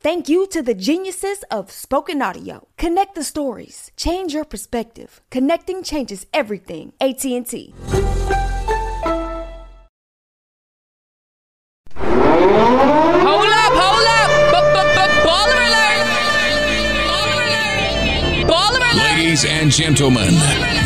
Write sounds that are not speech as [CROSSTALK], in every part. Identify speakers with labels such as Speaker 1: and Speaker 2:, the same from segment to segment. Speaker 1: Thank you to the geniuses of spoken audio. Connect the stories. Change your perspective. Connecting changes everything. AT&T.
Speaker 2: Hold up, hold up. Baller alert. Baller alert. Baller alert.
Speaker 3: Ladies and gentlemen,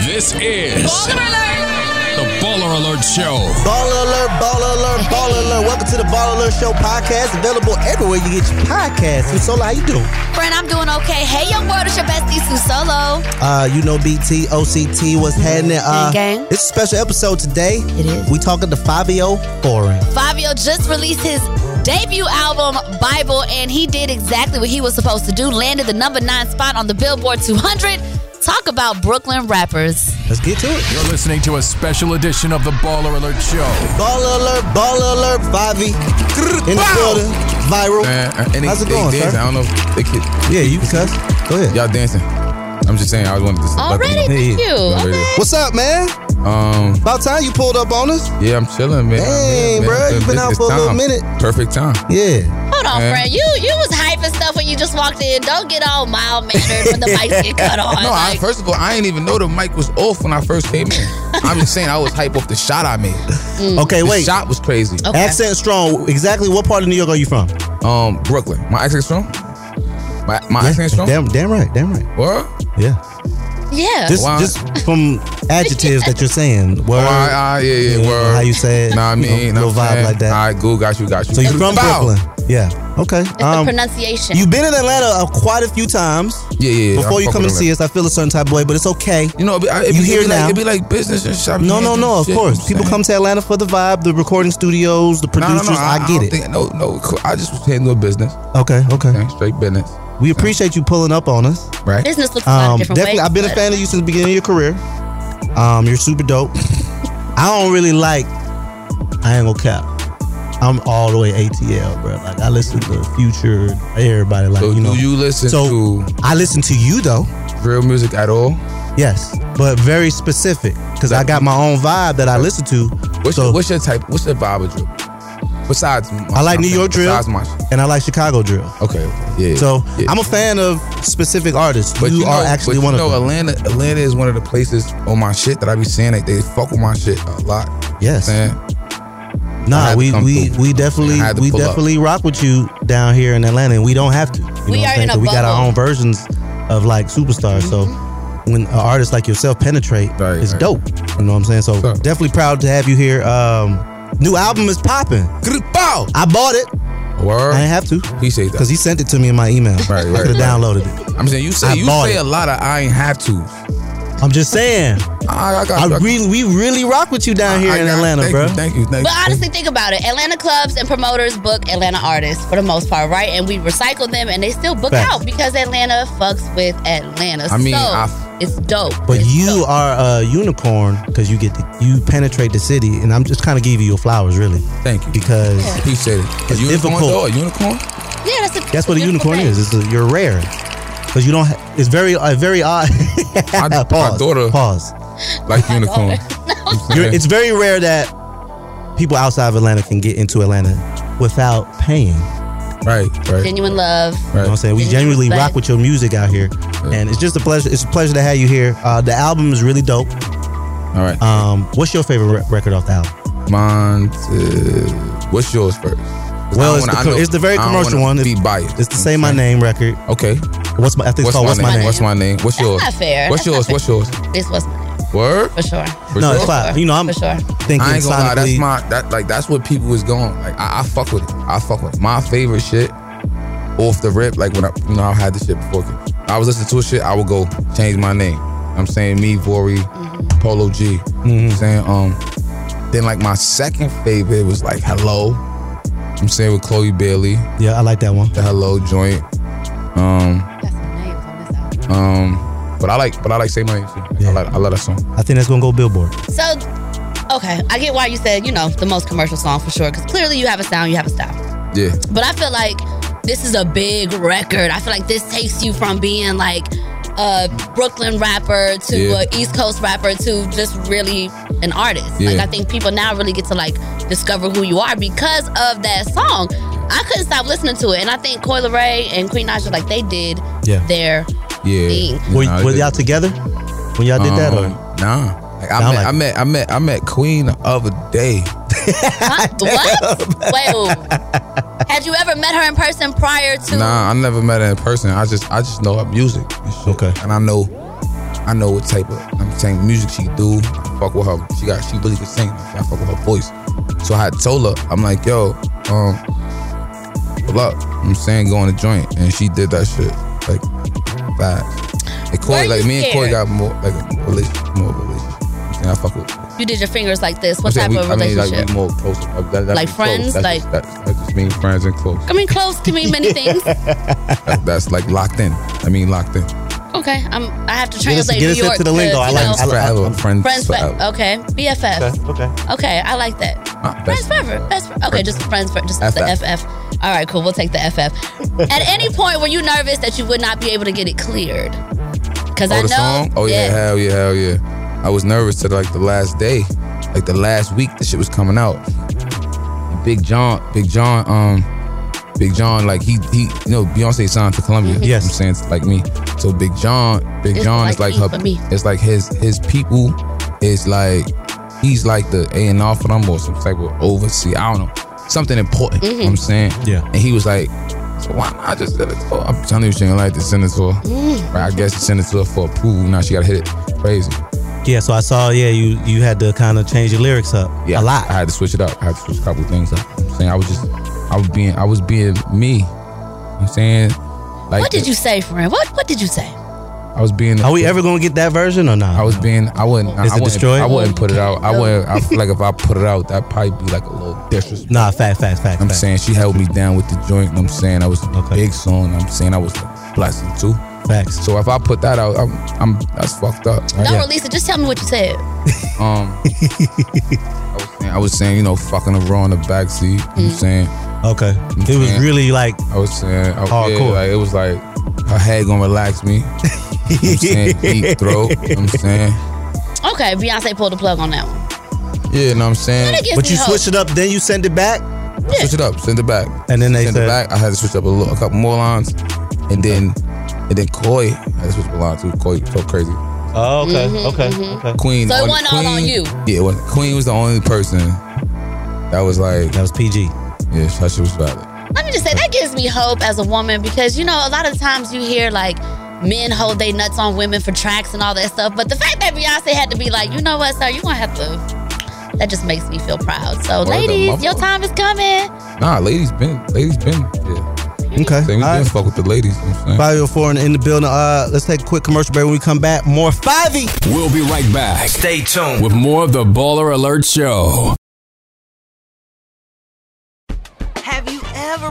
Speaker 3: this is
Speaker 2: Baller alert.
Speaker 3: the Baller Alert Show.
Speaker 4: Ball alert, ball alert, ball alert. Welcome to the Ball Alert Show podcast. Available everywhere you get your podcasts. Sola, how you doing?
Speaker 5: Friend, I'm doing okay. Hey, young world, it's your bestie Sue Solo.
Speaker 4: Uh, you know BT, OCT, what's happening? Uh,
Speaker 5: Gang, gang.
Speaker 4: It's a special episode today.
Speaker 5: It is.
Speaker 4: We talking oh to Fabio Foreign.
Speaker 5: Fabio just released his debut album, Bible, and he did exactly what he was supposed to do. Landed the number nine spot on the Billboard 200. Talk about Brooklyn rappers.
Speaker 4: Let's get to it.
Speaker 3: You're listening to a special edition of the Baller Alert Show.
Speaker 4: Ball alert, ball alert, Fabi. In the building, viral.
Speaker 6: Uh, and they-
Speaker 4: How's it
Speaker 6: they
Speaker 4: going,
Speaker 6: dancing.
Speaker 4: sir?
Speaker 6: I don't know. if They could,
Speaker 4: Yeah, you can cuss. Go ahead.
Speaker 6: y'all dancing. I'm just saying. I wanted to.
Speaker 5: Already, thank you.
Speaker 6: Already.
Speaker 5: Okay.
Speaker 4: What's up, man?
Speaker 6: Um.
Speaker 4: About time you pulled up on us.
Speaker 6: Yeah, I'm chilling, man.
Speaker 4: Dang,
Speaker 6: man,
Speaker 4: bruh,
Speaker 6: man,
Speaker 4: you
Speaker 6: it's-
Speaker 4: been out
Speaker 6: it's
Speaker 4: for a little
Speaker 6: time.
Speaker 4: minute.
Speaker 6: Perfect time.
Speaker 4: Yeah.
Speaker 5: Hold on,
Speaker 6: Yeah.
Speaker 5: friend. You you was hyping stuff when you just walked in. Don't get all mild mannered when the mics get
Speaker 4: [LAUGHS]
Speaker 5: cut on.
Speaker 6: No, I,
Speaker 5: Like,
Speaker 6: first of all, I didn't even know the mic was off when I first came
Speaker 4: [LAUGHS]
Speaker 6: in. I'm just saying I was hype off the shot I made.
Speaker 4: Okay,
Speaker 6: The
Speaker 4: wait.
Speaker 6: shot was crazy.
Speaker 5: Hmm. Okay.
Speaker 4: Accent strong. Exactly what part of New York are you from?
Speaker 6: Um, Brooklyn. My accent strong. My my accent strong.
Speaker 4: Damn, damn right, damn right.
Speaker 6: What?
Speaker 4: Yeah.
Speaker 5: yeah.
Speaker 4: Just,
Speaker 6: Why-
Speaker 4: just from adjectives that you're saying. Word,
Speaker 6: Oh, I, I, yeah, yeah.
Speaker 4: you know,
Speaker 6: word.
Speaker 4: How you say it?
Speaker 6: Nah, I
Speaker 4: you know,
Speaker 6: mean,
Speaker 4: little
Speaker 6: know what I'm
Speaker 4: vibe
Speaker 6: saying?
Speaker 4: like that.
Speaker 6: All right, cool. Got you. Got you.
Speaker 4: So you're from
Speaker 6: Bow.
Speaker 4: Brooklyn? Yeah. Okay. Um,
Speaker 5: it's the pronunciation.
Speaker 4: you've been in Atlanta uh, quite a few times.
Speaker 6: Yeah, yeah. yeah.
Speaker 4: Before
Speaker 6: I
Speaker 4: you
Speaker 6: fuck
Speaker 4: come
Speaker 6: with
Speaker 4: and see
Speaker 6: Atlanta.
Speaker 4: us, I feel a certain type of way, but it's okay.
Speaker 6: You know, it be, I- it
Speaker 4: You
Speaker 6: be,
Speaker 4: here
Speaker 6: it be
Speaker 4: now.
Speaker 6: Like, it be like business and shopping.
Speaker 4: No, no, no. Of
Speaker 6: Shit,
Speaker 4: course,
Speaker 6: you know
Speaker 4: people
Speaker 6: what
Speaker 4: come to Atlanta for the vibe, the recording studios, the
Speaker 6: I'm saying?
Speaker 4: producers. I,
Speaker 6: don't
Speaker 4: get it.
Speaker 6: Think, no, no. cool. I just was handling business.
Speaker 4: okay, okay.
Speaker 6: Okay, straight business.
Speaker 4: We appreciate you pulling up on us.
Speaker 6: Right.
Speaker 5: Business looks a lot
Speaker 4: Um,
Speaker 5: of different
Speaker 4: definitely,
Speaker 5: ways.
Speaker 4: I've been a
Speaker 5: but-
Speaker 4: fan of you since the beginning of your career. Um, you're
Speaker 5: [LAUGHS]
Speaker 4: super dope. I don't really like. I ain't gonna cap. I'm all the way ATL, bro. Like I listen to Future, everybody. Like
Speaker 6: so
Speaker 4: you know.
Speaker 6: do you listen
Speaker 4: so
Speaker 6: to
Speaker 4: I listen to you though.
Speaker 6: real music at all?
Speaker 4: Yes, but very specific because I got my own vibe that I listen to.
Speaker 6: What's,
Speaker 4: so
Speaker 6: your, what's your type? What's your vibe of drill? Besides, my,
Speaker 4: I like New York drill
Speaker 6: Besides my shit.
Speaker 4: and I like Chicago drill.
Speaker 6: Okay. Yeah.
Speaker 4: So
Speaker 6: yeah.
Speaker 4: I'm a fan of specific artists. you, are actually
Speaker 6: but
Speaker 4: one
Speaker 6: you
Speaker 4: of
Speaker 6: know,
Speaker 4: them.
Speaker 6: Atlanta, Atlanta is one of the places on my shit that I be seeing like they fuck with my shit a lot.
Speaker 4: Yes.
Speaker 6: Man, I
Speaker 4: Nah,
Speaker 6: had to
Speaker 4: we
Speaker 6: come
Speaker 4: we,
Speaker 6: through.
Speaker 4: we definitely
Speaker 6: I had to
Speaker 4: we
Speaker 6: pull up.
Speaker 4: definitely rock with you down here in Atlanta, and we don't have to. You know
Speaker 5: We
Speaker 4: what
Speaker 5: are
Speaker 4: I'm saying?
Speaker 5: in a
Speaker 4: 'Cause we got our
Speaker 5: bubble. Mm-hmm.
Speaker 4: own versions of like superstars. So when an artist like yourself penetrate,
Speaker 6: Right,
Speaker 4: it's
Speaker 6: right.
Speaker 4: dope. You know what I'm saying? So
Speaker 6: So-
Speaker 4: definitely proud to have you here. Um, new album is popping.
Speaker 6: Gripo.
Speaker 4: I bought it.
Speaker 6: Word.
Speaker 4: I didn't have to
Speaker 6: he said that.
Speaker 4: because he sent it to me in my email.
Speaker 6: Right,
Speaker 4: I
Speaker 6: right,
Speaker 4: could have
Speaker 6: right.
Speaker 4: downloaded it.
Speaker 6: I'm saying you say
Speaker 4: I
Speaker 6: you
Speaker 4: bought
Speaker 6: say
Speaker 4: it.
Speaker 6: a lot of I ain't have to.
Speaker 4: I'm just saying.
Speaker 6: I, I got
Speaker 4: I really, we really rock with you down here
Speaker 6: I
Speaker 4: in
Speaker 6: got-
Speaker 4: Atlanta,
Speaker 6: thank
Speaker 4: bro.
Speaker 6: You, thank you. Thank
Speaker 5: But
Speaker 6: you.
Speaker 5: honestly, think about it. Atlanta clubs and promoters book Atlanta artists for the most part, right? And we recycle them, and they still book
Speaker 4: Facts.
Speaker 5: out because Atlanta fucks with Atlanta.
Speaker 6: I mean,
Speaker 5: so
Speaker 6: I-
Speaker 5: it's dope.
Speaker 4: But
Speaker 5: It's
Speaker 4: you
Speaker 5: dope.
Speaker 4: are a unicorn because you get the, you penetrate the city, and I'm just kind of giving you your flowers, really,
Speaker 6: thank you.
Speaker 4: because
Speaker 6: He said it. A
Speaker 4: It's
Speaker 6: unicorn
Speaker 4: difficult.
Speaker 6: though, a unicorn.
Speaker 5: yeah, that's, a,
Speaker 4: that's what a
Speaker 5: beautiful
Speaker 4: unicorn
Speaker 5: thing.
Speaker 4: is. It's a, you're rare because you don't. Ha- it's very uh, very odd.
Speaker 6: [LAUGHS] My, my
Speaker 4: pause.
Speaker 6: daughter
Speaker 5: [LAUGHS]
Speaker 4: Pause.
Speaker 6: like unicorn.
Speaker 7: You're- It's very rare that people outside of Atlanta can get into Atlanta without paying.
Speaker 6: Right, right,
Speaker 5: Genuine love.
Speaker 7: You know what I'm
Speaker 6: right.
Speaker 7: saying? We
Speaker 5: Genuine
Speaker 7: genuinely
Speaker 5: respect.
Speaker 7: rock with your music out here. And it's just a pleasure. It's a pleasure to have you here. Uh, the album is really dope.
Speaker 6: All right.
Speaker 7: Um, what's your favorite re- record off the album?
Speaker 6: Mine. uh, what's yours first? 'Cause
Speaker 7: Well,
Speaker 6: I
Speaker 7: it's
Speaker 6: wanna-
Speaker 7: the
Speaker 6: I
Speaker 7: co-
Speaker 6: know-
Speaker 7: it's the very
Speaker 6: I don't
Speaker 7: commercial
Speaker 6: wanna
Speaker 7: one.
Speaker 6: Be
Speaker 7: It's-
Speaker 6: biased.
Speaker 7: It's the Say My Name record.
Speaker 6: Okay.
Speaker 7: What's my? I think it's
Speaker 6: What's
Speaker 7: called
Speaker 6: my,
Speaker 7: What's
Speaker 6: name?
Speaker 7: My Name.
Speaker 6: What's my name? What's yours?
Speaker 5: not fair.
Speaker 6: What's
Speaker 5: That's not
Speaker 6: yours?
Speaker 5: fair.
Speaker 6: What's yours?
Speaker 5: This was my name,
Speaker 6: Word.
Speaker 5: for sure.
Speaker 6: For
Speaker 7: No, it's
Speaker 6: sure?
Speaker 7: fine. You know, I'm
Speaker 5: For sure.
Speaker 7: thinking
Speaker 6: I ain't gonna lie. That's
Speaker 7: sonically-
Speaker 6: my that like that's what people was going. Like I, I fuck with it. I fuck with it. My favorite shit off the rip. Like when I you know I had this shit before. I was listening to a shit. I would go change my name. I'm saying me Vori Polo G. I'm saying um. Then like my second favorite was like Hello. I'm saying with Chloe Bailey,
Speaker 7: Yeah, I like that one.
Speaker 6: the Hello joint. Um,
Speaker 5: That's my name on this album.
Speaker 6: um, but I like, but I like Say My Name. Too.
Speaker 7: Yeah.
Speaker 6: I like, I love that song.
Speaker 7: I think that's gonna go Billboard.
Speaker 5: So, okay, I get why you said, you know, the most commercial song for sure, because clearly you have a sound, you have a style.
Speaker 6: Yeah.
Speaker 5: But I feel like this is a big record. I feel like this takes you from being like a Brooklyn rapper to
Speaker 6: Yeah.
Speaker 5: a East Coast rapper to just really an artist. Like,
Speaker 6: Yeah.
Speaker 5: I think people now really get to like discover who you are because of that song. I couldn't stop listening to it. And I think Coil Ray and Queen Naja, like, they did
Speaker 7: Yeah.
Speaker 6: [LAUGHS]
Speaker 5: their
Speaker 6: Yeah.
Speaker 5: thing.
Speaker 7: Were,
Speaker 6: Nah, I
Speaker 7: were
Speaker 6: did.
Speaker 7: y'all together when y'all did that? Or?
Speaker 6: Um, Nah. Like, I,
Speaker 7: Nah,
Speaker 6: met,
Speaker 7: like-
Speaker 6: I met I met I met Queen the other day.
Speaker 5: Huh? what? Wait. Had you ever met her in person prior to?
Speaker 6: Nah, I never met her in person. I just I just know her music. and shit.
Speaker 7: Okay.
Speaker 6: And I know I know what type of I'm saying music she do. I fuck with her. She got she really could sing. I fuck with her voice. So I had told her, I'm like, yo, um, pull up. I'm saying go on a joint. And she did that shit. Like fast. And Corey,
Speaker 5: you
Speaker 6: like me and Corey
Speaker 5: scared?
Speaker 6: got more like a relationship more of a relationship. And I fuck with
Speaker 5: You did your fingers like this. What
Speaker 6: I'm
Speaker 5: type
Speaker 6: saying
Speaker 5: of
Speaker 6: we- I mean, like,
Speaker 5: relationship?
Speaker 6: we more close. uh, that- that
Speaker 5: Like
Speaker 6: means close.
Speaker 5: friends?
Speaker 6: That's
Speaker 5: Like-
Speaker 6: just, that, that just means friends and close.
Speaker 5: I mean, close can
Speaker 6: [LAUGHS]
Speaker 5: mean many things.
Speaker 6: That- that's like locked in. I mean, locked in.
Speaker 5: Okay, I'm. I have to
Speaker 7: Get us-
Speaker 5: translate
Speaker 7: get us
Speaker 5: New York
Speaker 7: into the lingo.
Speaker 5: to,
Speaker 7: I
Speaker 5: you
Speaker 7: like-
Speaker 5: know,
Speaker 7: I like-
Speaker 6: Forever,
Speaker 7: I'm-
Speaker 6: friends,
Speaker 5: um, friends. oh,
Speaker 6: forever.
Speaker 5: Forever. Okay, BFF.
Speaker 7: Okay.
Speaker 5: Okay, I like that.
Speaker 6: Not
Speaker 5: Friends
Speaker 6: best
Speaker 5: forever. Best fr- okay, just friends for just
Speaker 6: FF.
Speaker 5: the FF. All right, cool. We'll take the FF.
Speaker 7: [LAUGHS]
Speaker 5: At any point, were you nervous that you would not be able to get it cleared? Because I
Speaker 6: Oh,
Speaker 5: know.
Speaker 6: the song? Oh yeah, hell yeah, hell yeah. I was nervous to like the last day, like the last week the shit was coming out. And Big John, Big John, um, Big John, like he he, you know, Beyonce signed to Columbia.
Speaker 7: Yes.
Speaker 6: you know what I'm saying like me. So Big John, Big
Speaker 5: Mm-hmm. It's
Speaker 6: John
Speaker 5: like
Speaker 6: is like
Speaker 5: he
Speaker 6: her.
Speaker 5: for me.
Speaker 6: It's like his his people is like he's like the A and R for them or some type of oversee. I don't know something important. You know what
Speaker 5: Mm-hmm.
Speaker 6: I'm saying
Speaker 7: Yeah.
Speaker 6: and he was like, so why not just send it to her? I'm telling you, she ain't like to send it to her.
Speaker 5: Mm.
Speaker 6: Right, I guess she sent it to her for approval. Now she gotta hit it. Crazy.
Speaker 7: Yeah. So I saw. Yeah, you you had to kind of change your lyrics up.
Speaker 6: Yeah.
Speaker 7: A lot.
Speaker 6: I had to switch it up. I had to switch a couple things up. You know what I'm saying I was just I was being I was being me. You know what I'm saying? Like
Speaker 5: What did you say, friend? What What did you say?
Speaker 6: I was being
Speaker 7: Are we ever gonna get that version or not?
Speaker 6: I was being I wouldn't I
Speaker 7: Is it
Speaker 6: wouldn't
Speaker 7: destroyed?
Speaker 6: I wouldn't put it out. I wouldn't I feel like if I put it out, that'd probably be like a little disrespect.
Speaker 7: Nah. Fact. Fact. Fact.
Speaker 6: I'm
Speaker 7: fact.
Speaker 6: saying she held me down with the joint. you know what I'm saying I was a
Speaker 7: Okay.
Speaker 6: big song. you know what I'm saying I was a blessing too.
Speaker 7: Facts.
Speaker 6: So if I put that out, I'm, I'm that's fucked
Speaker 7: [LAUGHS]
Speaker 6: up. right?
Speaker 5: Don't release it. Just tell me what you said.
Speaker 6: Um, I, was saying, I was saying, you know, fucking her raw in the backseat. You know what I'm saying,
Speaker 7: Okay. It was
Speaker 6: saying-
Speaker 7: really like.
Speaker 6: I was saying, I,
Speaker 7: Hardcore.
Speaker 6: yeah, like, it was like her head gonna relax me. You know what I'm
Speaker 7: [LAUGHS]
Speaker 6: saying, deep throat. You know what I'm saying,
Speaker 5: Okay, Beyonce pulled the plug on that one.
Speaker 6: yeah, you know what I'm saying.
Speaker 5: That gives
Speaker 7: But
Speaker 5: me
Speaker 7: you
Speaker 5: hope.
Speaker 7: switch it up, then you send it back.
Speaker 5: Mm-hmm,
Speaker 6: Switch it up, send it back,
Speaker 7: And then they
Speaker 6: send
Speaker 7: said-
Speaker 6: it back. I had to switch up a, little, a couple more lines, and then and then Koi, I had to switch up a line too. Koi so crazy.
Speaker 7: Oh, okay. okay.
Speaker 5: mm-hmm.
Speaker 7: Okay.
Speaker 6: Queen.
Speaker 5: So it
Speaker 6: on-
Speaker 5: wasn't all
Speaker 6: Queen,
Speaker 5: on you?
Speaker 6: Yeah, it wasn't- Queen was the only person that was like,
Speaker 7: That was PG.
Speaker 6: yeah, that shit was valid.
Speaker 5: Let me just say that gives me hope as a woman because you know a lot of times you hear like men hold they nuts on women for tracks and all that stuff, but the fact that Beyonce had to be like, you know what, sir, you gonna have to. That just makes me feel proud. So,
Speaker 6: Word to
Speaker 5: ladies,
Speaker 6: mother.
Speaker 5: your time is coming.
Speaker 6: Nah, ladies been, ladies been, yeah.
Speaker 7: Okay.
Speaker 6: Say
Speaker 7: All
Speaker 6: we
Speaker 7: right.
Speaker 6: did fuck with the ladies. You know what I'm saying?
Speaker 7: 504 and in the building. Uh, let's take a quick commercial break. When we come back, more 5e.
Speaker 3: We'll be right back
Speaker 8: Stay tuned.
Speaker 3: with more of the Baller Alert Show.
Speaker 9: Have you ever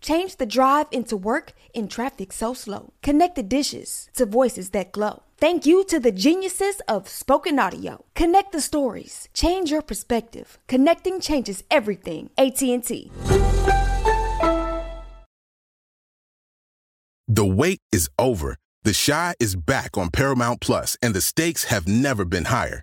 Speaker 1: Change the drive into work in traffic so slow. Connect the dishes to voices that glow. Thank you to the geniuses of spoken audio. Connect the stories. Change your perspective. Connecting changes everything. AT&T.
Speaker 8: The wait is over. The Shy is back on Paramount Plus, and the stakes have never been higher.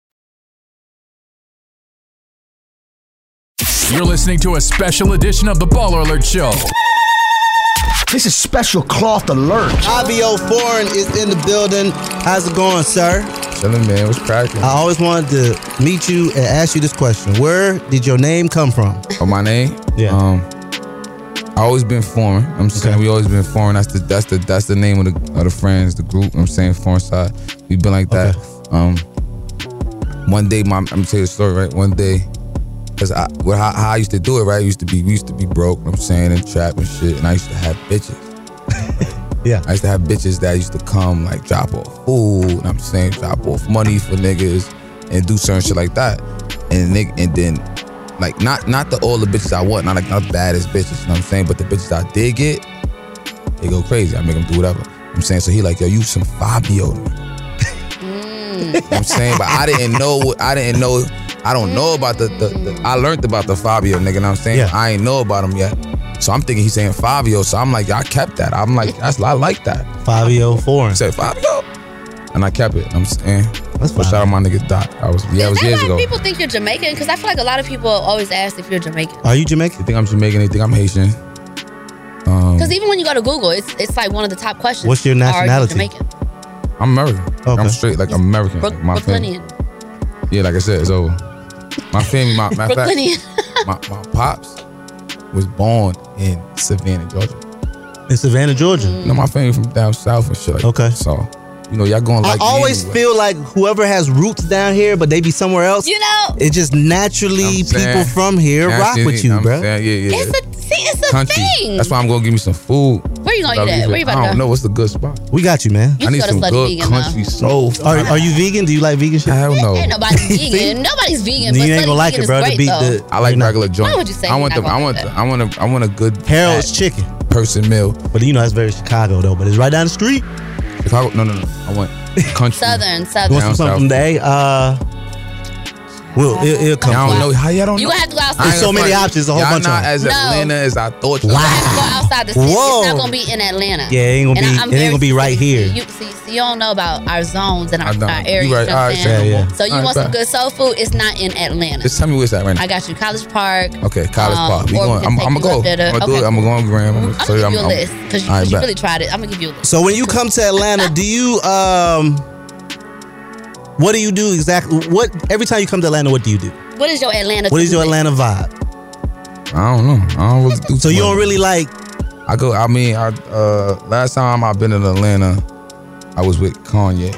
Speaker 3: You're listening to a special edition of the Baller Alert Show.
Speaker 10: This is special cloth alert.
Speaker 7: IBO Foreign is in the building. How's it going, sir?
Speaker 6: Chilling, man. What's cracking?
Speaker 7: I always wanted to meet you and ask you this question. Where did your name come from?
Speaker 6: Oh, my name?
Speaker 7: Yeah.
Speaker 6: Um, I always been foreign. I'm saying we always been foreign. That's the that's the that's the name of the of the friends, the group. I'm saying foreign side. We've been like that. Um, one day, my I'm gonna tell you the story right. One day, cause I what how, how I used to do it right. Used to be we used to be broke. I'm saying and trap and shit. And I used to have bitches.
Speaker 7: Yeah.
Speaker 6: I used to have bitches that used to come like drop off food, and I'm saying drop off money for niggas and do certain shit like that. And nigga, and then like not not the all the bitches I want, not like not the baddest bitches, you know what I'm saying? But the bitches I did get, they go crazy. I make them do whatever. I'm saying so he like, yo, you some Fabio. to me. You know what I'm saying, but I didn't know what I didn't know. I don't know about the, the, the I learned about the Fabio nigga. You know what I'm saying
Speaker 7: Yeah.
Speaker 6: I ain't know about him yet, so I'm thinking he's saying Fabio. So I'm like, I kept that. I'm like, that's I like that.
Speaker 7: Fabio Foreign.
Speaker 6: I said Fabio, and I kept it. I'm saying,
Speaker 7: That's fine.
Speaker 6: but shout out my nigga Doc. I was yeah, it
Speaker 5: Is
Speaker 6: was
Speaker 5: that
Speaker 6: years
Speaker 5: why
Speaker 6: ago.
Speaker 5: people think you're Jamaican? Because I feel like a lot of people always ask if you're Jamaican.
Speaker 7: Are you Jamaican?
Speaker 6: They think I'm Jamaican. They think I'm Haitian. Um,
Speaker 5: Because even when you go to Google, it's it's like one of the top questions.
Speaker 7: What's your
Speaker 5: Are you
Speaker 7: nationality?
Speaker 5: Jamaican.
Speaker 6: I'm American.
Speaker 7: Okay.
Speaker 6: I'm straight like American.
Speaker 5: Brook-
Speaker 6: like my family.
Speaker 5: Brooklynian.
Speaker 6: Yeah, like I said, so my family, my matter of fact,
Speaker 5: Brooklynian.
Speaker 6: my, my pops was born in Savannah, Georgia.
Speaker 7: In Savannah, Georgia.
Speaker 6: You know, my family from down south and shit. Like
Speaker 7: Okay.
Speaker 6: that. So, you know, y'all going like
Speaker 7: I
Speaker 6: me
Speaker 7: always
Speaker 6: anyway.
Speaker 7: feel like whoever has roots down here, but they be somewhere else.
Speaker 5: [LAUGHS] You know,
Speaker 7: It just naturally
Speaker 6: I'm
Speaker 7: people
Speaker 6: saying.
Speaker 7: from here
Speaker 6: Y'all
Speaker 7: rock
Speaker 6: see
Speaker 7: with
Speaker 6: it,
Speaker 7: you,
Speaker 6: I'm
Speaker 7: bro.
Speaker 6: saying, Yeah, yeah.
Speaker 5: it's a see, it's a
Speaker 6: Country.
Speaker 5: thing.
Speaker 6: That's why I'm gonna give me some food.
Speaker 5: Where you gonna eat at? Where you about
Speaker 6: I
Speaker 5: to
Speaker 6: don't
Speaker 5: go?
Speaker 6: know. What's the good spot?
Speaker 7: We got you, man.
Speaker 5: You
Speaker 6: I
Speaker 5: can
Speaker 6: need
Speaker 5: go to
Speaker 6: some
Speaker 5: Slutty
Speaker 6: good
Speaker 5: Vegan,
Speaker 6: country
Speaker 5: though.
Speaker 6: soul.
Speaker 7: Are, are you vegan? Do you like vegan shit?
Speaker 6: Hell no.
Speaker 5: Ain't
Speaker 6: [LAUGHS]
Speaker 5: nobody
Speaker 7: See?
Speaker 5: vegan. Nobody's vegan.
Speaker 7: you
Speaker 5: but
Speaker 7: ain't
Speaker 5: Slutty
Speaker 7: gonna like
Speaker 5: vegan
Speaker 7: it,
Speaker 5: is
Speaker 7: bro.
Speaker 5: Great,
Speaker 7: to beat
Speaker 5: though.
Speaker 7: the
Speaker 6: I like regular joint.
Speaker 5: would you say
Speaker 6: I
Speaker 5: you're
Speaker 6: want
Speaker 5: not
Speaker 6: the. I
Speaker 5: gonna
Speaker 6: want.
Speaker 5: like
Speaker 6: The, I want a. I want a good
Speaker 7: Harold's
Speaker 6: fat
Speaker 7: chicken,
Speaker 6: person meal.
Speaker 7: but you know that's very Chicago though. But it's right down the street.
Speaker 6: Chicago. No, no, no. I
Speaker 5: [LAUGHS]
Speaker 6: want country.
Speaker 5: Southern,
Speaker 7: You
Speaker 5: southern.
Speaker 7: want some something from
Speaker 6: Down south.
Speaker 7: the A? Uh, will it, it'll come.
Speaker 6: I
Speaker 7: from
Speaker 6: don't
Speaker 7: it.
Speaker 6: know. How y'all don't
Speaker 5: You
Speaker 6: know?
Speaker 5: gonna have to go outside.
Speaker 6: I ain't
Speaker 7: There's so
Speaker 6: gonna
Speaker 7: many
Speaker 6: front.
Speaker 7: options, a whole
Speaker 6: y'all
Speaker 7: bunch of
Speaker 6: not
Speaker 7: them.
Speaker 6: as
Speaker 5: No.
Speaker 6: Atlanta as I thought. y'all
Speaker 5: You have to
Speaker 6: was.
Speaker 5: go outside the city. It's
Speaker 7: Whoa.
Speaker 5: not gonna be in Atlanta.
Speaker 7: Yeah, it ain't gonna be- it ain't
Speaker 5: very
Speaker 7: gonna be right
Speaker 5: specific.
Speaker 7: here.
Speaker 5: You see, see, you don't know about our zones and our,
Speaker 6: I
Speaker 5: our
Speaker 6: don't.
Speaker 5: areas.
Speaker 6: You right.
Speaker 5: you
Speaker 6: All
Speaker 5: know what
Speaker 6: right. say
Speaker 5: I'm
Speaker 6: no
Speaker 5: saying?
Speaker 7: Yeah,
Speaker 6: more.
Speaker 7: yeah.
Speaker 5: So you
Speaker 6: All right,
Speaker 5: want some
Speaker 6: bye.
Speaker 5: good soul food? It's not in Atlanta.
Speaker 6: Just tell me where it's at right now.
Speaker 5: I got you. College Park.
Speaker 6: Okay, College
Speaker 5: Um,
Speaker 6: Park. We
Speaker 5: or we
Speaker 6: going.
Speaker 5: can
Speaker 6: I'm,
Speaker 5: take
Speaker 6: I'm
Speaker 5: you
Speaker 6: gonna go.
Speaker 5: up there to-
Speaker 6: I'm gonna do
Speaker 5: okay.
Speaker 6: it. I'm gonna go on Graham. I'm
Speaker 5: I'm gonna give you a
Speaker 6: I'm-
Speaker 5: list because you,
Speaker 6: All right,
Speaker 5: 'cause you
Speaker 6: bet.
Speaker 5: really tried it. I'm gonna give you a list.
Speaker 7: So when you come to Atlanta, do you um, what do you do exactly? What every time you come to Atlanta, what do you do?
Speaker 5: What is your Atlanta?
Speaker 7: What is your
Speaker 5: to-do list?
Speaker 7: Atlanta vibe?
Speaker 6: I don't know. I don't really do.
Speaker 7: So
Speaker 6: too
Speaker 7: you
Speaker 6: much.
Speaker 7: don't really like
Speaker 6: I go. I mean, I uh, last time I've been in Atlanta, I was with Kanye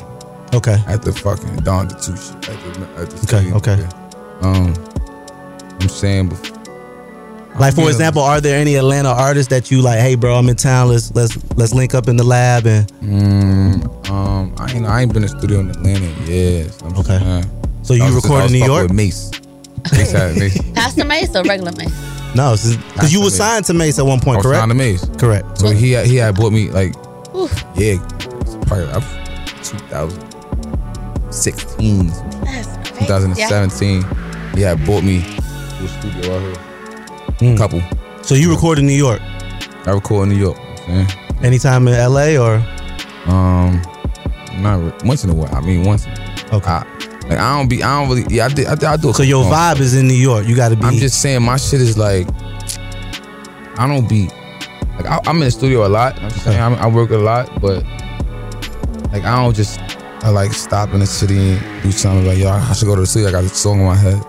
Speaker 7: okay.
Speaker 6: at the fucking Don the Two shit. At the, at the
Speaker 7: Okay,
Speaker 6: stadium.
Speaker 7: okay.
Speaker 6: Yeah. Um, I'm saying, bef-
Speaker 7: Like for
Speaker 6: Yeah.
Speaker 7: example, are there any Atlanta artists that you like? Hey, bro, I'm in town. Let's let's let's link up in the lab and
Speaker 6: mm, um, I ain't, I ain't been in the studio in Atlanta in years. I'm
Speaker 7: Okay.
Speaker 6: saying.
Speaker 7: so
Speaker 6: I
Speaker 7: you
Speaker 6: was- Oh,
Speaker 7: record
Speaker 6: I
Speaker 7: in
Speaker 6: was
Speaker 7: New
Speaker 6: fucking
Speaker 7: York?
Speaker 6: with Mace. Mace
Speaker 7: [LAUGHS]
Speaker 6: had Mace.
Speaker 5: Pastor Mace or regular Mace?
Speaker 7: No, because you were
Speaker 6: Mace.
Speaker 7: signed to Mace at one
Speaker 6: I
Speaker 7: point,
Speaker 6: was
Speaker 7: correct?
Speaker 6: Oh, signed to Mace.
Speaker 7: correct.
Speaker 6: So he had, he had bought me like
Speaker 5: Oof.
Speaker 6: yeah, it's probably like 2016, 2017. He had bought me to a studio out here.
Speaker 7: Mm.
Speaker 6: Couple.
Speaker 7: So you record in New York
Speaker 6: I record in New York. you know what
Speaker 7: anytime in LA or
Speaker 6: I'm saying? Um, not re- once in a while. I mean once.
Speaker 7: okay.
Speaker 6: I, like I don't be. I don't really. Yeah, I did. I, did, I do. a
Speaker 7: so your
Speaker 6: couple songs.
Speaker 7: vibe is in New York. You got to be.
Speaker 6: I'm just saying my shit is like. I don't be. Like I, I'm in the studio a lot. I'm just saying I'm, I work a lot, but like I don't just I like stop in the city and do something like yo I should go to the studio. I got a song in my head.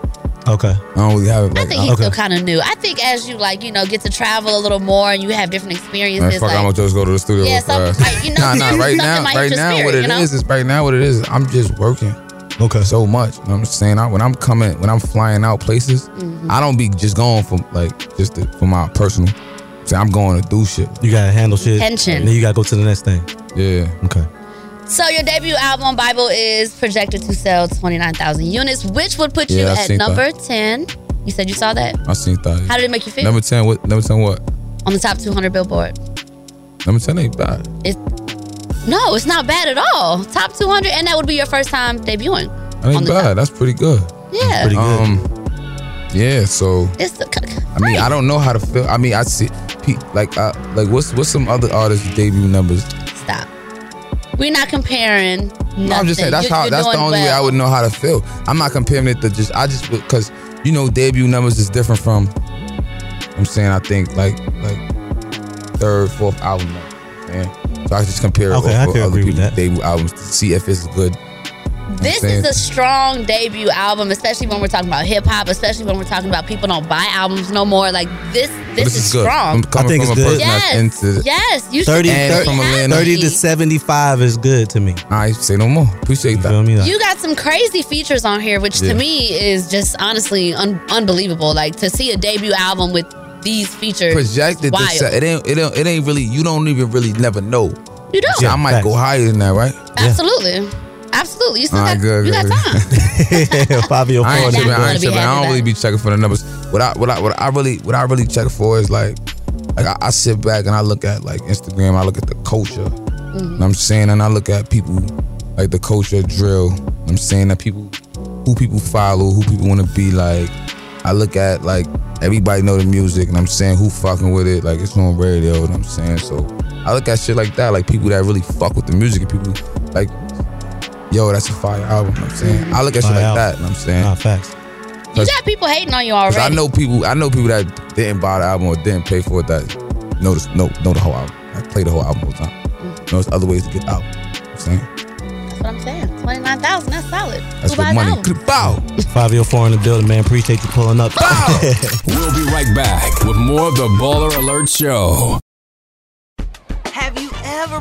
Speaker 7: Okay.
Speaker 6: I don't really have it.
Speaker 5: I
Speaker 6: Like,
Speaker 5: think he's still kind of new. I think as you like, you know, get to travel a little more and you have different experiences,
Speaker 6: Man, fuck,
Speaker 5: like
Speaker 6: I'm gonna just go to the studio.
Speaker 5: Yeah,
Speaker 6: real
Speaker 5: something-
Speaker 6: fast.
Speaker 5: like, you know,
Speaker 6: nah,
Speaker 5: [LAUGHS]
Speaker 6: nah. Right
Speaker 5: something
Speaker 6: now,
Speaker 5: might
Speaker 6: right
Speaker 5: hit your
Speaker 6: now,
Speaker 5: spirit,
Speaker 6: what it is
Speaker 5: you know?
Speaker 6: is right now what it is. I'm just working.
Speaker 7: Okay.
Speaker 6: So much. You know what I'm saying I, when I'm coming, when I'm flying out places,
Speaker 5: Mm-hmm.
Speaker 6: I don't be just going for like just to, for my personal. See, I'm going to do shit.
Speaker 7: You gotta handle shit.
Speaker 5: Tension.
Speaker 7: And then you gotta go to the next thing.
Speaker 6: Yeah.
Speaker 7: Okay.
Speaker 5: So your debut album, Bible, is projected to sell twenty nine thousand units, which would put you
Speaker 6: Yeah, I
Speaker 5: at
Speaker 6: seen
Speaker 5: number ten. You said you saw that
Speaker 6: I seen that.
Speaker 5: How did it make you feel?
Speaker 6: Number ten. What? Number ten. What?
Speaker 5: on the top two hundred Billboard.
Speaker 6: Number ten ain't bad.
Speaker 5: It, no, it's not bad at all. Top two hundred, and that would be your first time debuting.
Speaker 6: That ain't bad. That's pretty good.
Speaker 5: Yeah. Pretty good.
Speaker 6: Um. Yeah. So.
Speaker 5: It's the,
Speaker 6: I mean, I don't know how to feel. I mean, I see, pe- like, uh, like, what's what's some other artists' debut numbers?
Speaker 5: stop. We're not comparing. Nothing.
Speaker 6: No, I'm just saying that's
Speaker 5: You're-
Speaker 6: how.
Speaker 5: you're
Speaker 6: That's the
Speaker 5: doing
Speaker 6: only way
Speaker 5: well.
Speaker 6: I would know how to feel. I'm not comparing it to just. I just because you know debut numbers is different from. I'm saying I think like like third, fourth album. Man. So I just compare it
Speaker 7: Okay,
Speaker 6: with
Speaker 7: I can
Speaker 6: with other
Speaker 7: agree with
Speaker 6: people's
Speaker 7: that.
Speaker 6: debut albums to see if it's good.
Speaker 5: This
Speaker 6: saying?
Speaker 5: is a strong debut album, especially when we're talking about hip hop, especially when we're talking about people don't buy albums no more. Like this, this,
Speaker 6: But
Speaker 5: is,
Speaker 6: good.
Speaker 5: strong.
Speaker 6: I'm coming
Speaker 7: I think it's
Speaker 6: from a
Speaker 7: good.
Speaker 6: person
Speaker 5: Yes.
Speaker 6: that's into.
Speaker 5: Yes, you
Speaker 7: 30,
Speaker 5: should be
Speaker 6: And from
Speaker 5: happy.
Speaker 6: Atlanta.
Speaker 7: 30 to 75 is good to me.
Speaker 6: I say no more. Appreciate that.
Speaker 7: Feel me? Like,
Speaker 5: You got some crazy features on here, which
Speaker 6: Yeah.
Speaker 5: to me is just honestly un- unbelievable. Like to see a debut album with these features,
Speaker 6: projected
Speaker 5: wild.
Speaker 6: to sell. It ain't, it ain't. It ain't really. You don't even really never know.
Speaker 5: You don't
Speaker 6: So I might
Speaker 7: facts.
Speaker 6: go higher than that, right?
Speaker 5: absolutely, absolutely. You still
Speaker 6: All right,
Speaker 5: got,
Speaker 6: good,
Speaker 5: you got
Speaker 6: good.
Speaker 7: [LAUGHS]
Speaker 6: [LAUGHS]
Speaker 5: time. [LAUGHS]
Speaker 7: Fabio
Speaker 6: I ain't tripping. I
Speaker 5: Yeah, you wanna
Speaker 6: ain't
Speaker 5: be
Speaker 6: tripping.
Speaker 5: happy
Speaker 6: I
Speaker 5: about
Speaker 6: don't really
Speaker 5: it.
Speaker 6: be checking for the numbers. What I what I what I really what I really check for is like, like I, I sit back and I look at like Instagram. I look at the culture. You know what I'm saying, and I look at people like the culture drill. You know what I'm saying that people who people follow, who people want to be like. I look at like everybody know the music, and I'm saying who fucking with it. Like it's on radio, and I'm saying so. I look at shit like that, like people that really fuck with the music, and people like, yo, that's a fire album. You know what I'm saying, I look at shit
Speaker 7: Fire
Speaker 6: like
Speaker 7: album.
Speaker 6: that, and I'm saying,
Speaker 7: Nah, facts.
Speaker 5: You got people hating on you already.
Speaker 6: Cause I know people, I know people that didn't buy the album or didn't pay for it that know this, know, know the whole album. I play the whole album all the time.
Speaker 5: Mm.
Speaker 6: You know, there's other ways to get out. You know what I'm saying
Speaker 5: That's what I'm saying. Twenty nine thousand. That's solid.
Speaker 6: that's
Speaker 5: Who buys
Speaker 6: what money.
Speaker 5: albums?
Speaker 6: Bow.
Speaker 7: Fabio 4 in the building, man. Appreciate you pulling up. [LAUGHS]
Speaker 3: We'll be right back with more of the Baller Alert Show.
Speaker 9: Have you ever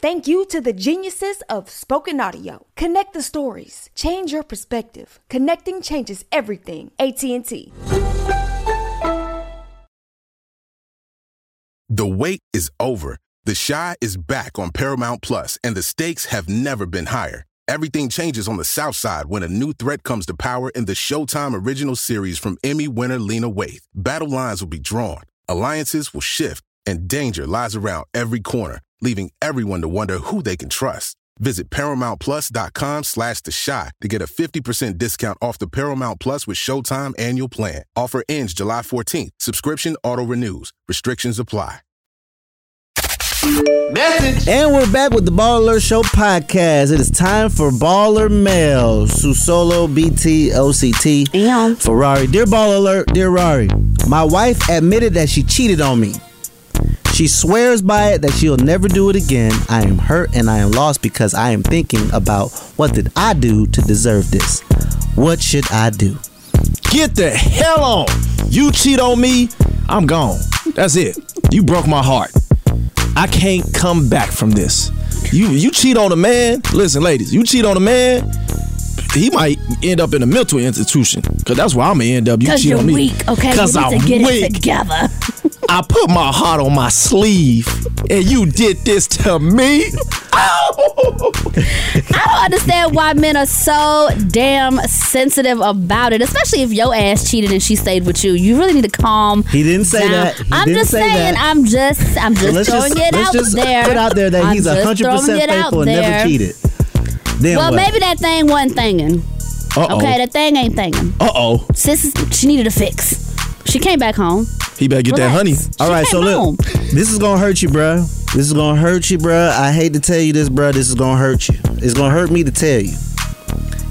Speaker 1: Thank you to the geniuses of spoken audio. Connect the stories. Change your perspective. Connecting changes everything. AT&T.
Speaker 8: The wait is over. The Shy is back on Paramount Plus, and the stakes have never been higher. Everything changes on the South Side when a new threat comes to power in the Showtime original series from Emmy winner Lena Waithe. Battle lines will be drawn, alliances will shift, and danger lies around every corner, leaving everyone to wonder who they can trust. Visit ParamountPlus.com slash The Shot to get a 50% discount off the Paramount Plus with Showtime annual plan. Offer ends July 14th. Subscription auto-renews. Restrictions apply.
Speaker 4: And we're back with the Baller Show podcast. It is time for Baller Mail. Susolo BT OCT. Ferrari. Dear Baller Alert, dear Rari, my wife admitted that she cheated on me. She swears by it that she'll never do it again. I am hurt and I am lost because I am thinking about what did I do to deserve this? What should I do?
Speaker 10: Get the hell on. You cheat on me, I'm gone. That's it. You broke my heart. I can't come back from this. You you cheat on a man. Listen, ladies, you cheat on a man, he might end up in a mental institution because that's where I'm gonna end up. You
Speaker 5: Cause
Speaker 10: cheat
Speaker 5: you're
Speaker 10: on me.
Speaker 5: weak, okay?
Speaker 10: Cause
Speaker 5: you need
Speaker 10: I'm
Speaker 5: to get
Speaker 10: weak.
Speaker 5: it together.
Speaker 10: I put my heart on my sleeve, and you did this to me.
Speaker 5: I don't understand why men are so damn sensitive about it, especially if your ass cheated and she stayed with you. You really need to calm.
Speaker 4: He didn't say
Speaker 5: down.
Speaker 4: that. He
Speaker 5: I'm
Speaker 4: didn't
Speaker 5: just
Speaker 4: say
Speaker 5: saying.
Speaker 4: that.
Speaker 5: I'm just. I'm
Speaker 4: So
Speaker 5: just
Speaker 4: let's
Speaker 5: throwing
Speaker 4: just-
Speaker 5: it
Speaker 4: let's
Speaker 5: out
Speaker 4: just
Speaker 5: there.
Speaker 4: put out there that
Speaker 5: I'm
Speaker 4: he's
Speaker 5: just
Speaker 4: 100%
Speaker 5: throwing it out
Speaker 4: faithful and never
Speaker 5: there.
Speaker 4: cheated. Then
Speaker 5: well,
Speaker 4: what?
Speaker 5: maybe that thing wasn't thinging.
Speaker 10: Uh-oh.
Speaker 5: Okay, that thing ain't thinging.
Speaker 10: Uh oh.
Speaker 5: Sis, is- she needed a fix. She came back home.
Speaker 10: He better
Speaker 4: get
Speaker 5: Relax.
Speaker 4: that honey.
Speaker 5: She
Speaker 4: All right, so
Speaker 5: came home.
Speaker 4: look, this is gonna hurt you, bruh. This is gonna hurt you, bruh. I hate to tell you this, bruh. This is gonna hurt you. It's gonna hurt me to tell you.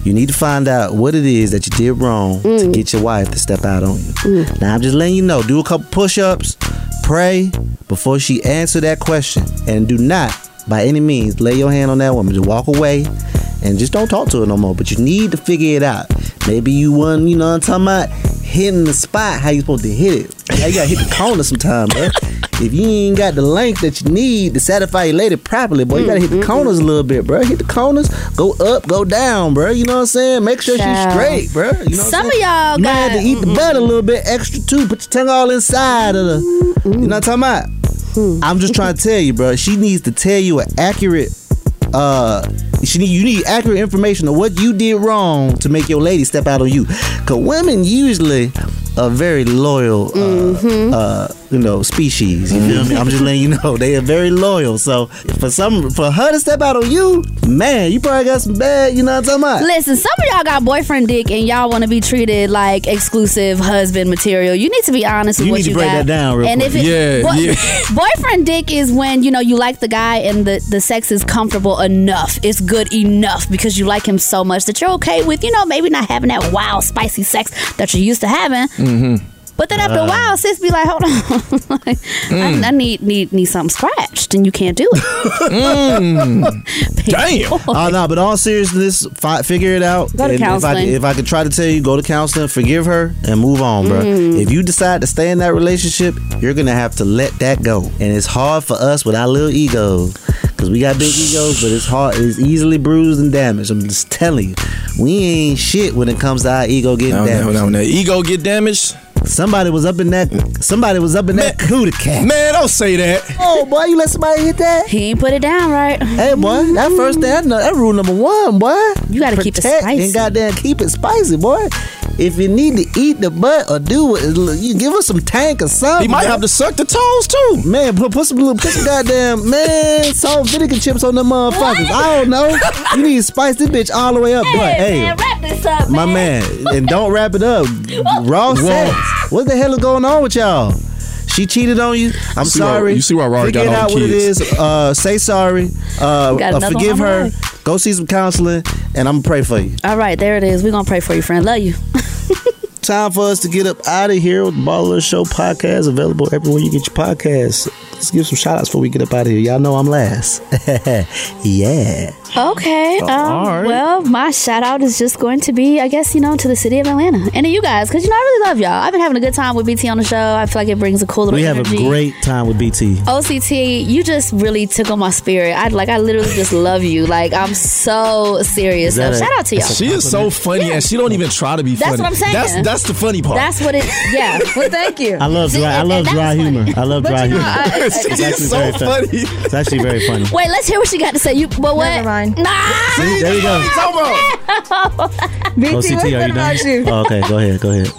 Speaker 4: You need to find out what it is that you did wrong
Speaker 5: Mm.
Speaker 4: to get your wife to step out on you. Now I'm just letting you know. Do a couple push-ups, pray before she answer that question, and do not, by any means, lay your hand on that woman. Just walk away and just don't talk to her no more. But you need to figure it out. Maybe you won, you know what I'm talking about? Hitting the spot, how you supposed to hit it. Now you gotta hit the corner sometime, bro. If you ain't got the length that you need to satisfy your lady properly, boy, you gotta hit the corners a little bit, bro. Hit the corners, go up, go down, bro. You know what I'm saying? Make sure she's
Speaker 5: Child.
Speaker 4: straight, bro. You know what I'm
Speaker 5: Some of
Speaker 4: saying?
Speaker 5: y'all
Speaker 4: you might have
Speaker 5: got-
Speaker 4: to eat the butt a little bit extra too. Put your tongue all inside of the. You know what I'm talking about? I'm just trying to tell you, bro. She needs to tell you an accurate uh she need, you need accurate information of what you did wrong to make your lady step out on you because women usually are very loyal uh, uh you know species you feel me i'm just letting you know they are very loyal so for some for her to step out on you man you probably got some bad you know what i'm talking about
Speaker 5: Listen, some of y'all got boyfriend dick and y'all want to be treated like exclusive husband material. You need to be honest with
Speaker 4: You
Speaker 5: what
Speaker 4: need to
Speaker 5: you
Speaker 4: break
Speaker 5: got.
Speaker 4: that down real
Speaker 5: and
Speaker 4: quick.
Speaker 5: if it,
Speaker 4: Yeah,
Speaker 5: boy-
Speaker 4: yeah.
Speaker 5: [LAUGHS] boyfriend dick is when you know you like the guy and the the sex is comfortable enough. It's good enough because you like him so much that you're okay with you know maybe not having that wild spicy sex that you're used to having.
Speaker 10: Mm-hmm.
Speaker 5: But then after a
Speaker 10: Uh.
Speaker 5: while, sis be like, "Hold on, [LAUGHS] Like,
Speaker 10: Mm.
Speaker 5: I, I need need need something scratched, and you can't
Speaker 4: [LAUGHS]
Speaker 5: do it." [LAUGHS]
Speaker 4: Mm. Damn. Oh no, but all seriousness, fi- figure it out.
Speaker 5: Go to
Speaker 4: And if I
Speaker 5: counseling.
Speaker 4: if I could try to tell you, go to counseling, forgive her, and move on, bruh.
Speaker 5: Mm.
Speaker 4: If you decide to stay in that relationship, you're gonna have to let that go, and it's hard for us with our little egos, cause we got big egos, but it's hard. It's easily bruised and damaged. I'm just telling you, we ain't shit when it comes to our ego getting
Speaker 10: No, no,
Speaker 4: damaged.
Speaker 10: no, no.
Speaker 4: Ego get damaged. Somebody was up in that. Somebody was up in that cootie cat. Man, don't say that. Oh boy, you let somebody hit that?
Speaker 5: He ain't put it down right.
Speaker 4: Hey boy, that first thing, that, nu- that rule number one, boy.
Speaker 5: You gotta keep it
Speaker 4: Protect
Speaker 5: spicy.
Speaker 4: And goddamn, keep it spicy, boy. If you need to eat the butt or do it, look, you give us some tank or something.
Speaker 10: He might have
Speaker 4: to suck the toes too. Man, put, put some little, put some goddamn man salt vinegar chips on them motherfuckers. I don't know. You need to spice this bitch all the way up, boy. Hey,
Speaker 5: wrap this up,
Speaker 4: my man, and don't wrap
Speaker 5: [LAUGHS]
Speaker 4: it up. Raw sex. What the hell is going on with y'all? She cheated on you. I'm
Speaker 10: You see why-
Speaker 4: sorry.
Speaker 10: you see why Rory
Speaker 4: Figure
Speaker 10: got
Speaker 4: it
Speaker 10: all
Speaker 4: out
Speaker 10: the
Speaker 4: what it
Speaker 10: kids.
Speaker 4: is. Uh, say sorry. Uh,
Speaker 5: Got
Speaker 4: uh,
Speaker 5: another
Speaker 4: forgive
Speaker 5: one on
Speaker 4: her.
Speaker 5: the way.
Speaker 4: Go see some counseling, and I'm gonna pray for you.
Speaker 5: All right, there it is. We're gonna pray for you, friend. Love you.
Speaker 4: Time for us to get up out of here with the Baller Show podcast available everywhere you get your podcasts. Let's give some shout outs before we get up out of here. Y'all know I'm last. [LAUGHS] yeah.
Speaker 5: Okay. Um,
Speaker 4: All right.
Speaker 5: Well, my shout out is just going to be, I guess, you know, to the city of Atlanta and to you guys, because, you know, I really love y'all. I've been having a good time with BT on the show. I feel like it brings a cool little
Speaker 4: We have a
Speaker 5: energy.
Speaker 4: great time with BT.
Speaker 5: OCT, you just really tickled my spirit. I like, I literally just love you. Like, I'm so serious. So, shout out to y'all.
Speaker 10: She is so funny, and she don't even try to be
Speaker 5: That's
Speaker 10: funny.
Speaker 5: what I'm saying.
Speaker 10: That's that's the funny part.
Speaker 5: That's what it.
Speaker 4: [LAUGHS]
Speaker 5: Yeah. Well, thank you.
Speaker 4: I love dry. I love dry humor. I love
Speaker 5: But
Speaker 4: dry
Speaker 5: you know,
Speaker 4: humor.
Speaker 5: I- I-
Speaker 4: It's
Speaker 5: She
Speaker 4: actually
Speaker 5: is
Speaker 10: so
Speaker 4: very funny. It's actually very
Speaker 5: [LAUGHS]
Speaker 4: funny.
Speaker 5: Wait, let's hear what she got to say. You, but what? Never mind. Nah.
Speaker 4: See, there you go.
Speaker 5: BT,
Speaker 4: OCT, are you done? Oh, okay, go ahead, go ahead.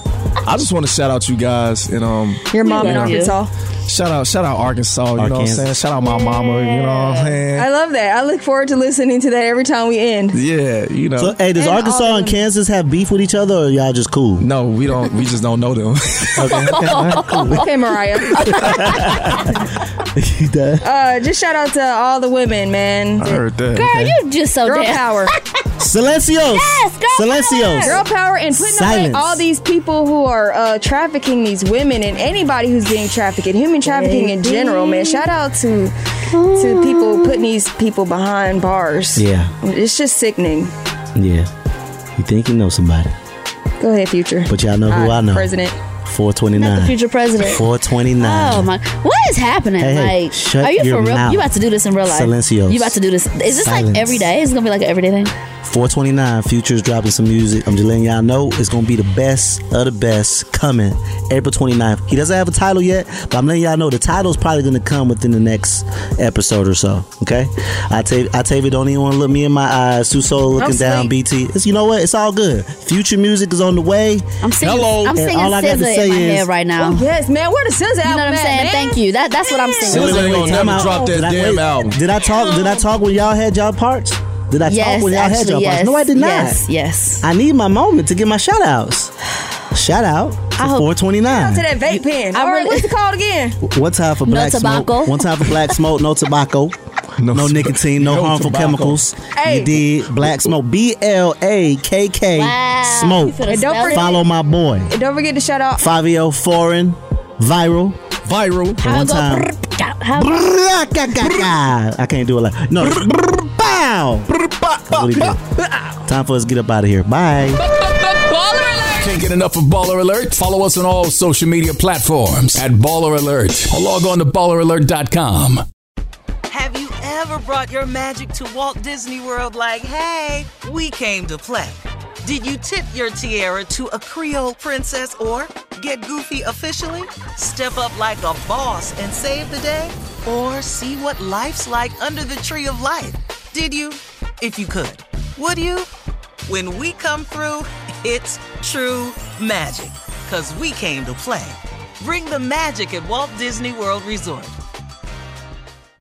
Speaker 10: I just want to shout out you guys and um
Speaker 11: Your mom
Speaker 10: you
Speaker 11: in
Speaker 10: know,
Speaker 11: Arkansas.
Speaker 10: Shout out, shout out Arkansas. You know what I'm
Speaker 4: Arkansas.
Speaker 10: saying? Shout out my mama. You know what I'm saying?
Speaker 11: I love that. I look forward to listening to that every time we
Speaker 6: [LAUGHS]
Speaker 11: end.
Speaker 10: yeah, you know.
Speaker 4: So, hey, does Arkansas and Kansas have beef with each other, or y'all just cool?
Speaker 5: [LAUGHS]
Speaker 10: No, we don't. We just don't know them.
Speaker 4: [LAUGHS]
Speaker 11: okay, Mariah.
Speaker 4: you done?
Speaker 11: Uh, just shout out to all the women, man.
Speaker 4: I heard that.
Speaker 11: Girl,
Speaker 4: Okay.
Speaker 5: you just so
Speaker 11: girl
Speaker 5: Oh, damn-
Speaker 11: power.
Speaker 4: Silencios. Silencios.
Speaker 11: Girl power and putting
Speaker 4: Silence.
Speaker 11: away all these people who are uh, trafficking these women and anybody who's being trafficked, human trafficking in general, man. Shout out to to people putting these people behind bars.
Speaker 4: Yeah.
Speaker 11: It's just sickening.
Speaker 4: Yeah. You think you know somebody,
Speaker 11: Go ahead, future.
Speaker 4: but y'all know who
Speaker 11: Uh,
Speaker 4: I know.
Speaker 11: President.
Speaker 4: Four twenty nine.
Speaker 5: Not the future president.
Speaker 4: 429.
Speaker 5: Oh my! What is happening?
Speaker 4: Hey, hey,
Speaker 5: like,
Speaker 4: shut
Speaker 5: are you
Speaker 4: your
Speaker 5: for real?
Speaker 4: mouth.
Speaker 5: You about to do this in real life?
Speaker 4: Silencios.
Speaker 5: You about to do this? Is this
Speaker 4: Silence.
Speaker 5: like every day? Is it gonna be like an everyday thing?
Speaker 4: 429 Futures dropping some music. I'm just letting y'all know it's gonna be the best of the best coming April 29th. He doesn't have a title yet, but I'm letting y'all know the title's probably gonna come within the next episode or so. Okay, I tell I tell you, don't even want to look me in my eyes. Too solo looking down.
Speaker 12: asleep.
Speaker 4: BT, it's, you know what? It's all good. Future music is on the way.
Speaker 12: I'm singing, I'm
Speaker 4: And
Speaker 12: singing
Speaker 4: all I got to
Speaker 12: SZA
Speaker 4: say
Speaker 12: in my
Speaker 4: is
Speaker 12: head right now.
Speaker 11: yes, man. Where the
Speaker 12: Oh.
Speaker 11: SZA
Speaker 12: You know
Speaker 11: album
Speaker 12: what I'm
Speaker 11: at,
Speaker 12: saying?
Speaker 11: man?
Speaker 12: Thank you. That, that's what I'm
Speaker 4: Wait,
Speaker 12: singing.
Speaker 4: wait, wait, time out. Did I- wait, Did I talk? Did I talk when y'all had y'all parts? Did I
Speaker 12: Yes,
Speaker 4: talk when y'all had
Speaker 12: actually,
Speaker 4: y'all
Speaker 12: yes.
Speaker 4: parts? No, I did not.
Speaker 12: Yes, yes.
Speaker 4: I need my moment to get my shout outs. Shout out to 429.
Speaker 11: To that vape pen. All right, what's it called again?
Speaker 4: One time for
Speaker 11: No
Speaker 4: black
Speaker 11: tobacco.
Speaker 4: smoke. One time
Speaker 11: [LAUGHS]
Speaker 4: for black smoke. No tobacco. No, nicotine. No,
Speaker 11: no
Speaker 4: harmful
Speaker 11: tobacco.
Speaker 4: chemicals.
Speaker 11: Hey.
Speaker 4: You did black smoke. B L A K K
Speaker 11: Wow. You
Speaker 4: smoke.
Speaker 11: finna And don't smell it?
Speaker 4: Follow my boy.
Speaker 11: And don't forget to shout out.
Speaker 4: Fabio foreign viral. Viral.
Speaker 11: How
Speaker 4: One
Speaker 11: go
Speaker 4: time. I can't do it like no. Bow. Really good. Time for us to get up out of here. Bye.
Speaker 3: Can't get enough of Baller Alert? Follow us on all social media platforms at Baller Alert or log on to balleralert.com.
Speaker 9: Have you ever brought your magic to Walt Disney World like, hey, we came to play? Did you tip your tiara to a Creole princess or get goofy officially? Step up like a boss and save the day? Or see what life's like under the tree of life? Did you? If you could. Would you? When we come through, it's true magic. Cause we came to play. Bring the magic at Walt Disney World Resort.